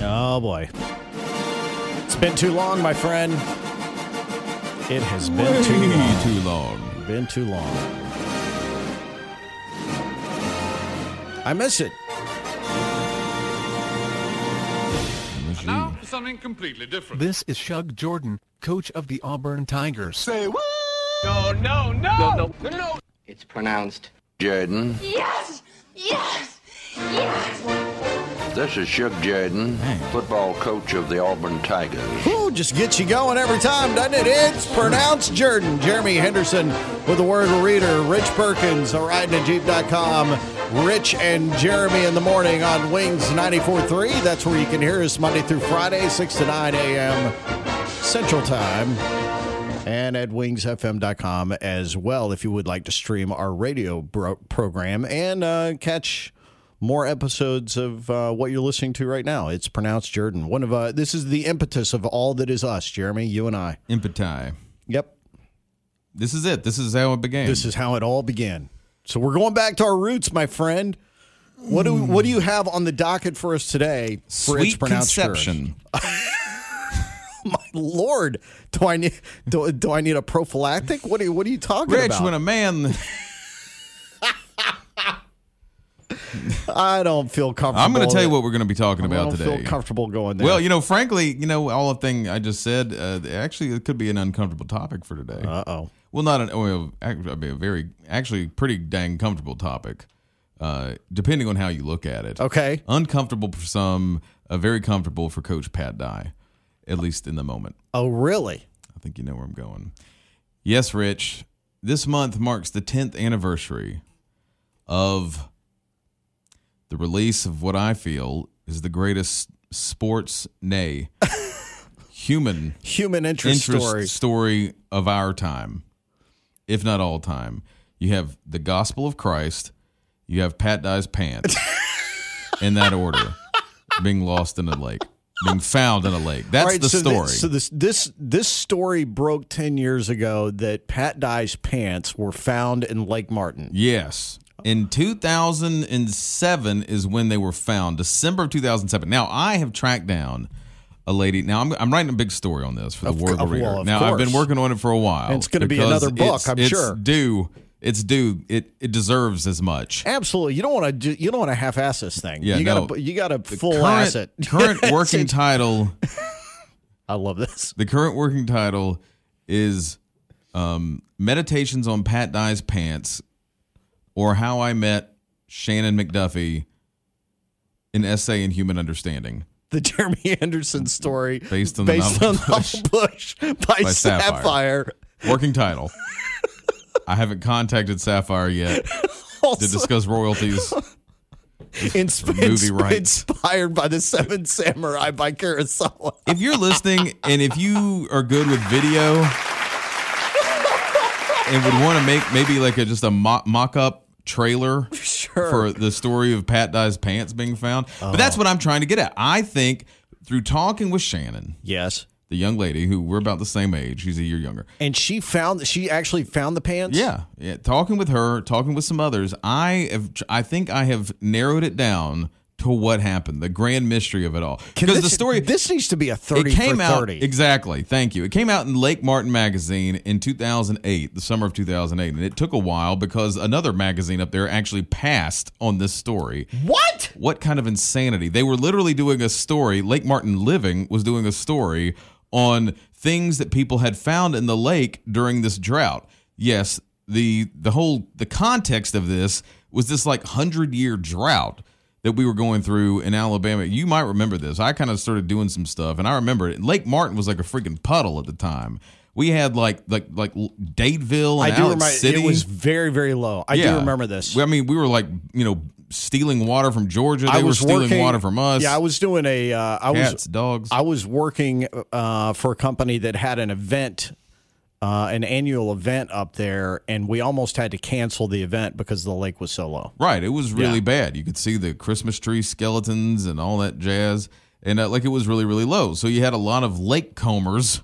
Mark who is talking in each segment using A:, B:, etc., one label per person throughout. A: Oh boy. It's been too long, my friend. It has been too long.
B: Way too long.
A: Been too long. I miss it.
B: Unless you-
C: Now for something completely different.
D: This is Shug Jordan, coach of the Auburn Tigers.
E: It's pronounced
F: Jaden.
G: Yes! Yes! Yes!
F: This is Shug Jaden, football coach of the Auburn Tigers.
A: Whew, just gets you going every time, doesn't it? It's pronounced Jordan. Jeremy Henderson with the word reader. Rich Perkins, a ridinajeep.com. Rich and Jeremy in the morning on Wings 94.3. That's where you can hear us Monday through Friday, 6 to 9 a.m. Central Time. And at wingsfm.com as well, if you would like to stream our radio bro- program and uh, catch more episodes of uh, what you're listening to right now. It's pronounced Jordan. One of uh, this is the impetus of all that is us, Jeremy, you and I.
B: Impeti.
A: Yep,
B: This is it. This is how it began.
A: this is how it all began. So we're going back to our roots, my friend. What do what do you have on the docket for us today? For
B: sweet
A: pronounced Jordan?
B: conception.
A: My lord, do I need do, do I need a prophylactic? What are you, what are you talking
B: Rich,
A: about?
B: when a man,
A: I don't feel comfortable.
B: I'm going to tell you what we're going to be talking
A: I
B: about
A: don't
B: today.
A: feel comfortable going there.
B: Well, you know, frankly, you know, all the thing I just said, uh, actually, it could be an uncomfortable topic for today.
A: uh oh.
B: well, not an, well, act- I mean, a very, actually, pretty dang comfortable topic, uh, depending on how you look at it.
A: Okay.
B: Uncomfortable for some, uh, very comfortable for Coach Pat Dye, at least in the moment.
A: Oh really?
B: I think you know where I'm going. Yes, Rich. This month marks the 10th anniversary of the release of what I feel is the greatest sports, nay, human
A: Human interest,
B: interest,
A: story.
B: story. of our time, if not all time. You have the Gospel of Christ, you have Pat Dye's pants, in that order, being lost in a lake, being found in a lake. That's
A: All right,
B: the
A: so thi-
B: story.
A: so this this this story broke ten years ago that Pat Dye's pants were found in Lake Martin.
B: Yes. In 2007 is when they were found, December of 2007. Now, I have tracked down a lady. Now, I'm, I'm writing a big story on this for the
A: Of
B: Warrior
A: cou-
B: Reader.
A: well, of
B: now, I've been
A: course.
B: working on it for a while.
A: And it's gonna be
B: because
A: another book,
B: it's-
A: I'm
B: it's
A: sure.
B: Due. It's due. It it deserves as much.
A: Absolutely, you don't want to you don't want to half ass this thing.
B: Yeah,
A: you
B: no.
A: gotta you gotta full ass
B: Current,
A: it.
B: current
A: Yes,
B: working
A: it's-
B: title.
A: I love this.
B: The current working title is um, Meditations on Pat Dye's Pants or How I Met Shannon McDuffie, an essay in human understanding.
A: The Jeremy Anderson story
B: Based on the novel
A: Mm-hmm. on the novel Bush by,
B: By Sapphire.
A: Sapphire.
B: Working title. I haven't contacted Sapphire yet to
A: Also
B: discuss royalties.
A: insp-
B: movie
A: insp-
B: rights.
A: inspired by the Seven Samurai by Kurosawa.
B: If you're listening and if you are good with video and would want to make maybe like a just a mock up trailer
A: Sure. Oh.
B: for the story of Pat Dye's pants being found. But that's what I'm trying to get at. I think through talking with Shannon,
A: yes.
B: the young lady who we're about the same age, she's a year younger.
A: And she found she actually found the pants.
B: Yeah, yeah. Talking with her, talking with some others, I have. tr- I think I have narrowed it down to what happened, the grand mystery of it all.
A: Can
B: Because the
A: this-
B: story
A: this needs to be a
B: it
A: thirty
B: came
A: for
B: out
A: thirty.
B: exactly. Thank you. It came out in Lake Martin magazine in 2008, the summer of 2008, and it took a while because another magazine up there actually passed on this story.
A: what?
B: What kind of insanity? They were literally doing a story. Lake Martin Living was doing a story on things that people had found in the lake during this drought. Yes, the the whole the context of this was this like 100-year drought that we were going through in Alabama. You might remember this. I kind of started doing some stuff and I remember it. Lake Martin was like a freaking puddle at the time. We had like like like Dadeville
A: I
B: and
A: do
B: Alex
A: remember
B: City.
A: it was very very low. I do remember this.
B: I mean, we were like, you know, stealing water from Georgia. They
A: I
B: were
A: was
B: stealing
A: working-
B: water from us.
A: Yeah, I was doing a. Uh, I
B: Cats,
A: was
B: dogs.
A: I was working uh, for a company that had an event, uh, an annual event up there, and we almost had to cancel the event because the lake was so low.
B: right. It was really
A: Yeah.
B: bad. You could see the Christmas tree skeletons and all that jazz. And uh, like it was really, really low. So you had a lot of lake combers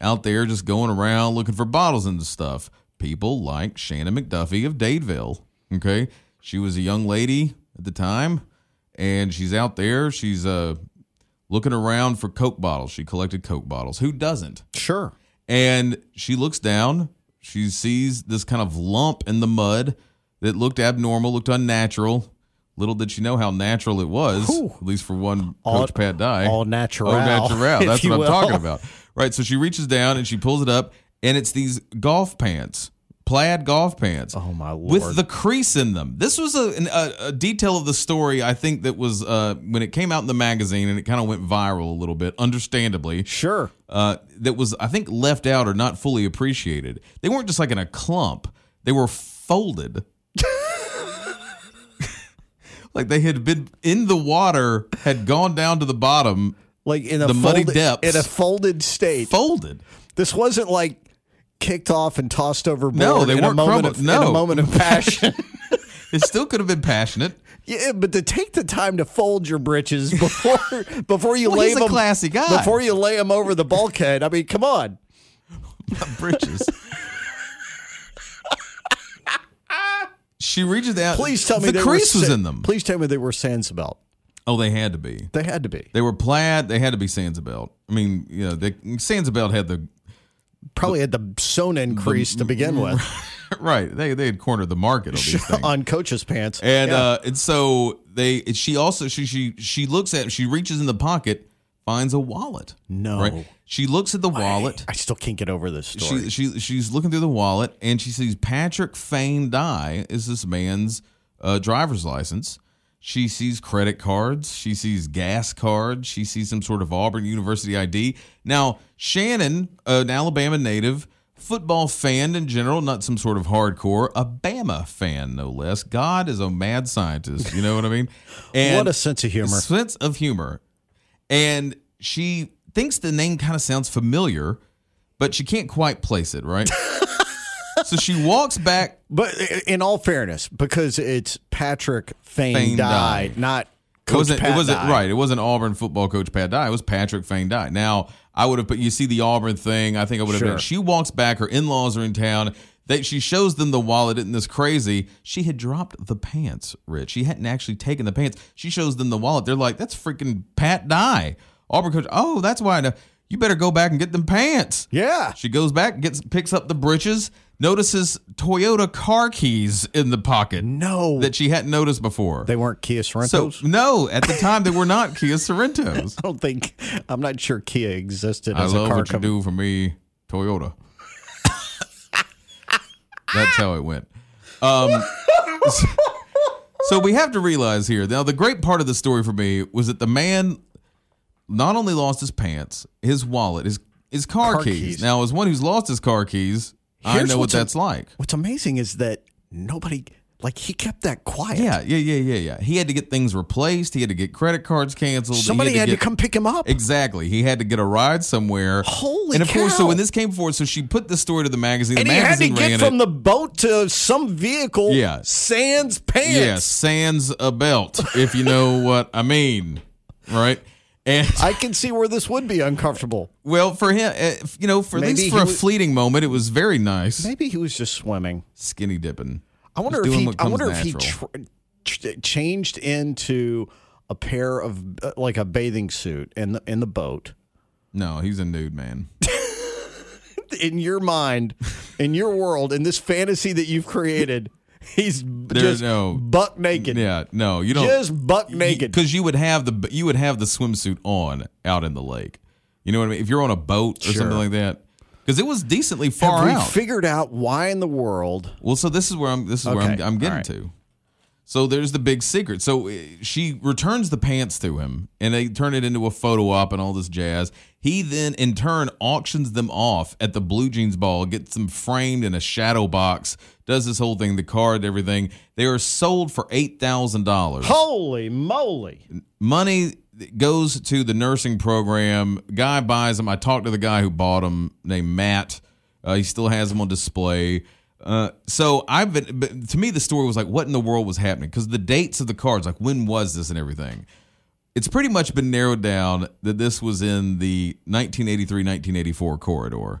B: out there just going around looking for bottles and stuff. People like Shannon McDuffie of Dadeville. Okay. She was a young lady at the time and she's out there. She's uh, looking around for Coke bottles. She collected Coke bottles. Who doesn't?
A: Sure.
B: And she looks down. She sees this kind of lump in the mud that looked abnormal, looked unnatural. Little did she know how natural it was,
A: Whew.
B: at least for one
A: All-
B: Coach Pat Dye.
A: all natural,
B: All natural.
A: if
B: That's
A: you
B: what I'm
A: will.
B: talking about. Right. So she reaches down and she pulls it up, and it's these golf pants, plaid golf pants.
A: Oh, my
B: With
A: Lord.
B: the crease in them. This was a, an, a, a detail of the story. I think that was uh, when it came out in the magazine, and it kind of went viral a little bit, understandably
A: Sure.
B: uh, that was I think left out or not fully appreciated. They weren't just like in a clump; they were folded, like they had been in the water, had gone down to the bottom,
A: Like in a
B: The muddy
A: folded,
B: depths.
A: in a folded state.
B: folded.
A: this wasn't like kicked off and tossed overboard.
B: No, they
A: in a
B: weren't
A: moment
B: crumbled.
A: of, in a
B: No.
A: moment of passion.
B: It still could have been passionate.
A: yeah, but to take the time to fold your britches before before you
B: Well,
A: lay
B: he's a
A: them
B: classy guy.
A: before you lay them over the bulkhead. I mean, come on.
B: Bridges. she reaches out.
A: Please tell me
B: the
A: they
B: crease
A: were
B: was
A: sa-
B: in them.
A: Please tell me they were sans belt.
B: Oh, they had to be.
A: They had to be.
B: They were plaid. They had to be Sansibelt. I mean, you know, they, Sansibelt had the
A: Probably had the sewn in crease to begin
B: mm,
A: with
B: right. They they had cornered the market on these things.
A: on coach's pants.
B: And
A: Yeah.
B: uh, and so they and she also she she she looks at she reaches in the pocket, finds a wallet.
A: No.
B: She looks at the wallet.
A: I still can't get over this story.
B: She she uh, she's looking through the wallet and she sees Patrick Fane Dye is this man's uh, driver's license. She sees credit cards. She sees gas cards. She sees some sort of Auburn University ID. Now Shannon, an Alabama native, football fan in general, not some sort of hardcore, a Bama fan no less. God is a mad scientist. You know what I mean? And
A: what a sense of humor.
B: Sense of humor. And she thinks the name kind of sounds familiar, but she can't quite place it, right? so she walks back.
A: But i- in all fairness, because it's Patrick Fane,
B: Fane
A: Dye,
B: Dye.
A: not
B: it
A: Coach
B: wasn't,
A: Pat
B: it wasn't
A: Dye.
B: right. It wasn't Auburn football coach Pat Dye. It was Patrick Fane Dye. Now I would have put you see the Auburn thing. I think I would have
A: Sure.
B: done. She walks back. Her in laws are in town. That she shows them the wallet and this crazy. She had dropped the pants, Rich. She hadn't actually taken the pants. She shows them the wallet. They're like, "That's freaking Pat Dye, Auburn coach." Oh, that's why. I know. You better go back and get them pants.
A: Yeah.
B: She goes back, gets picks up the britches, notices Toyota car keys in the pocket.
A: No.
B: that she hadn't noticed before.
A: They weren't Kia
B: So
A: Sorrentos.
B: no, at the time they were not Kia Sorrentos.
A: I don't think I'm not sure Kia existed
B: I
A: as a
B: love
A: car
B: what you
A: company.
B: do for me, Toyota. That's how it went. Um, so we have to realize here now. The great part of the story for me was that the man not only lost his pants, his wallet, his his car,
A: Car
B: keys.
A: keys.
B: Now, as one who's lost his car keys, I
A: Here's
B: know what
A: what's in-
B: that's like.
A: What's amazing is that nobody like he kept that quiet.
B: Yeah, yeah, yeah, yeah, yeah. He had to get things replaced. He had to get credit cards canceled. He
A: Somebody had to,
B: get-
A: come pick him up.
B: Exactly. He had to get a ride somewhere.
A: Holy
B: And of course, so
A: cow.
B: when this came forward, so she put the story to the magazine.
A: and
B: the
A: he had to
B: magazine
A: get
B: ran
A: from
B: it.
A: the boat to some vehicle
B: Yeah.
A: sans pants.
B: yeah, sans a belt, if you know what I mean, right? And
A: I can see where this would be uncomfortable.
B: well, for him, uh, you know, for at
A: Maybe
B: least for
A: he
B: a
A: was-
B: fleeting moment, it was very nice.
A: Maybe he was just swimming.
B: Skinny dipping.
A: I wonder
B: Just
A: if
B: doing
A: he.
B: what
A: I
B: comes
A: wonder if he tr-
B: natural.
A: tr- changed into a pair of uh, like a bathing suit in the in the boat.
B: No, he's a nude man.
A: In your mind, in your world, in this fantasy that you've created, he's b-
B: There's
A: just
B: no-
A: buck naked.
B: Yeah, no, you don't.
A: Just buck naked.
B: because you would have the you would have the swimsuit on out in the lake. You know what I mean? If you're on a boat or
A: Sure.
B: something like that, because it was decently
A: Have
B: far
A: we
B: out.
A: figured out why in the world?
B: Well, so this is where I'm. This is where I'm,
A: Okay,
B: I'm getting
A: all right.
B: to. So there's the big secret. So uh, she returns the pants to him, and they turn it into a photo op and all this jazz. He then, in turn, auctions them off at the Blue Jeans Ball, gets them framed in a shadow box, does this whole thing, the card, everything. They are sold for eight thousand dollars.
A: Holy moly!
B: Money that goes to the nursing program. Guy buys them. I talked to the guy who bought them, named Matt. Uh, he still has them on display. Uh, so I've been. But to me, the story was like, what in the world was happening? Because the dates of the cards, like when was this and everything. It's pretty much been narrowed down that this was in the 1983-1984 corridor.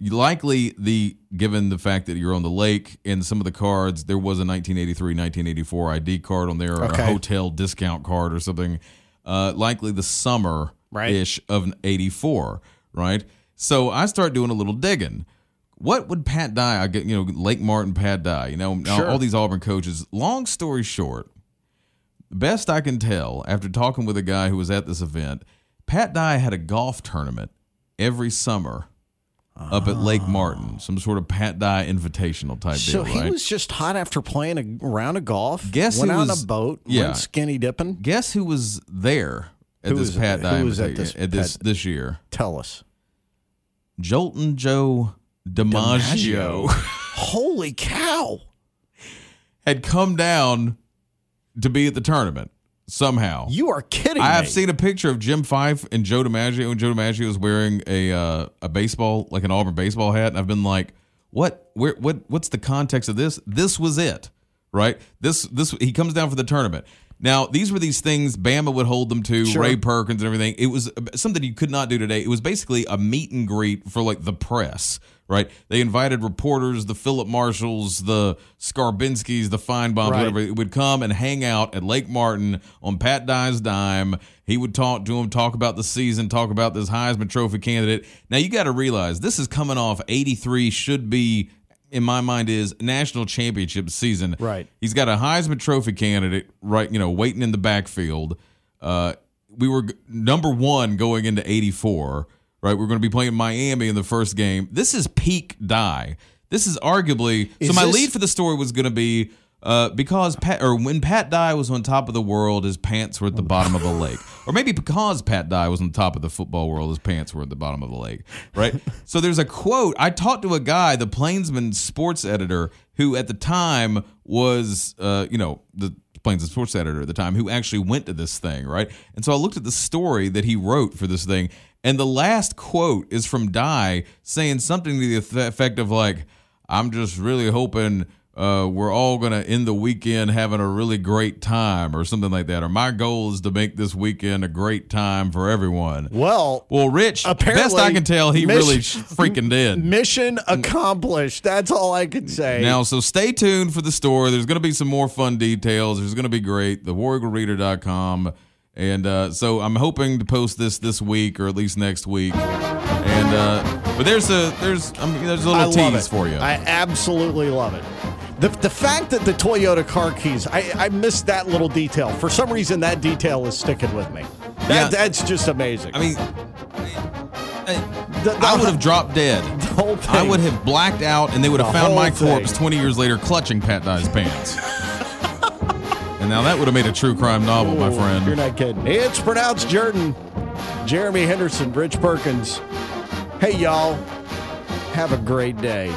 B: Likely, the given the fact that you're on the lake and some of the cards, there was a 1983-1984 ID card on there, or
A: Okay.
B: a hotel discount card or something. Uh, likely the summer
H: Right.
B: ish of 84, right? So I start doing a little digging. What would Pat Dye, I get, you know, Lake Martin, Pat Dye, you know,
H: Sure.
B: all these Auburn coaches. Long story short, best I can tell after talking with a guy who was at this event, Pat Dye had a golf tournament every summer up at Lake Martin, some sort of Pat Dye invitational type
A: Ah. So
B: deal,
A: he
B: right?
A: was just hot after playing a round of golf.
B: Guess
A: went
B: who
A: out
B: was-
A: on a boat.
B: yeah.
A: Went skinny dipping.
B: Guess who was there at
A: Who
B: this
A: was-
B: Pat
A: who
B: Dye
A: was at
B: invita-
A: this
B: at this
A: Pat-
B: this year?
A: Tell us.
B: Jolton Joe DiMaggio,
A: Holy cow!
B: had come down to be at the tournament somehow.
A: You are kidding.
B: I
A: me.
B: have seen a picture of Jim Fife and Joe DiMaggio, and Joe DiMaggio is wearing a uh, a baseball, like an Auburn baseball hat, and I've been like, what? Where? What? What's the context of this? This was it, right? This this he comes down for the tournament. Now these were these things Bama would hold them to
A: Sure.
B: Ray Perkins and everything. It was uh, something you could not do today. It was basically a meet and greet for like the press, right? They invited reporters, the Philip Marshalls, the Skarbinskys, the Feinbaums,
A: Right.
B: whatever would come and hang out at Lake Martin on Pat Dye's dime. He would talk to him, talk about the season, talk about this Heisman Trophy candidate. Now you got to realize this is coming off 83 should be in my mind is national championship season.
A: Right.
B: He's got a Heisman Trophy candidate right, you know, waiting in the backfield. Uh we were g- number 1 going into 84, right? We're going to be playing Miami in the first game. This is peak die. This is arguably so
A: Is
B: my
A: this-
B: lead for the story was going to be uh, because Pat or when Pat Dye was on top of the world, his pants were at the bottom of the lake, or maybe because Pat Dye was on top of the football world, his pants were at the bottom of the lake, right? so there's a quote I talked to a guy, the Plainsman sports editor, who at the time was, uh, you know, the Plainsman sports editor at the time, who actually went to this thing, right? And so I looked at the story that he wrote for this thing, and the last quote is from Dye saying something to the effect of like. I'm just really hoping uh, we're all going to end the weekend having a really great time or something like that. Or my goal is to make this weekend a great time for everyone.
A: Well,
B: Well, Rich, best I
A: Apparently,
B: can tell, he
A: Mich-
B: really freaking did.
A: mission accomplished. That's all I can say.
B: Now, so stay tuned for the story. There's going to be some more fun details. There's going to be great. The warriorreader.com. And uh, so I'm hoping to post this this week or at least next week. And uh, but there's a there's I mean, there's a little
A: I love
B: tease
A: it.
B: for you.
A: I absolutely love it. The, the fact that the Toyota car keys, I, I missed that little detail. For some reason, that detail is sticking with me. That,
B: Yeah.
A: That's just amazing.
B: I mean,
A: The- the-
B: I would have dropped dead.
A: The whole thing.
B: I would have blacked out, and they would have
A: The
B: found my
A: whole
B: corpse
A: thing.
B: 20 years later, clutching Pat Dye's pants. and now that would have made a true crime novel, my
A: Ooh, You're
B: friend.
A: not kidding. It's pronounced Jordan. Jeremy Henderson, Rich Perkins. Hey, y'all. Have a great day.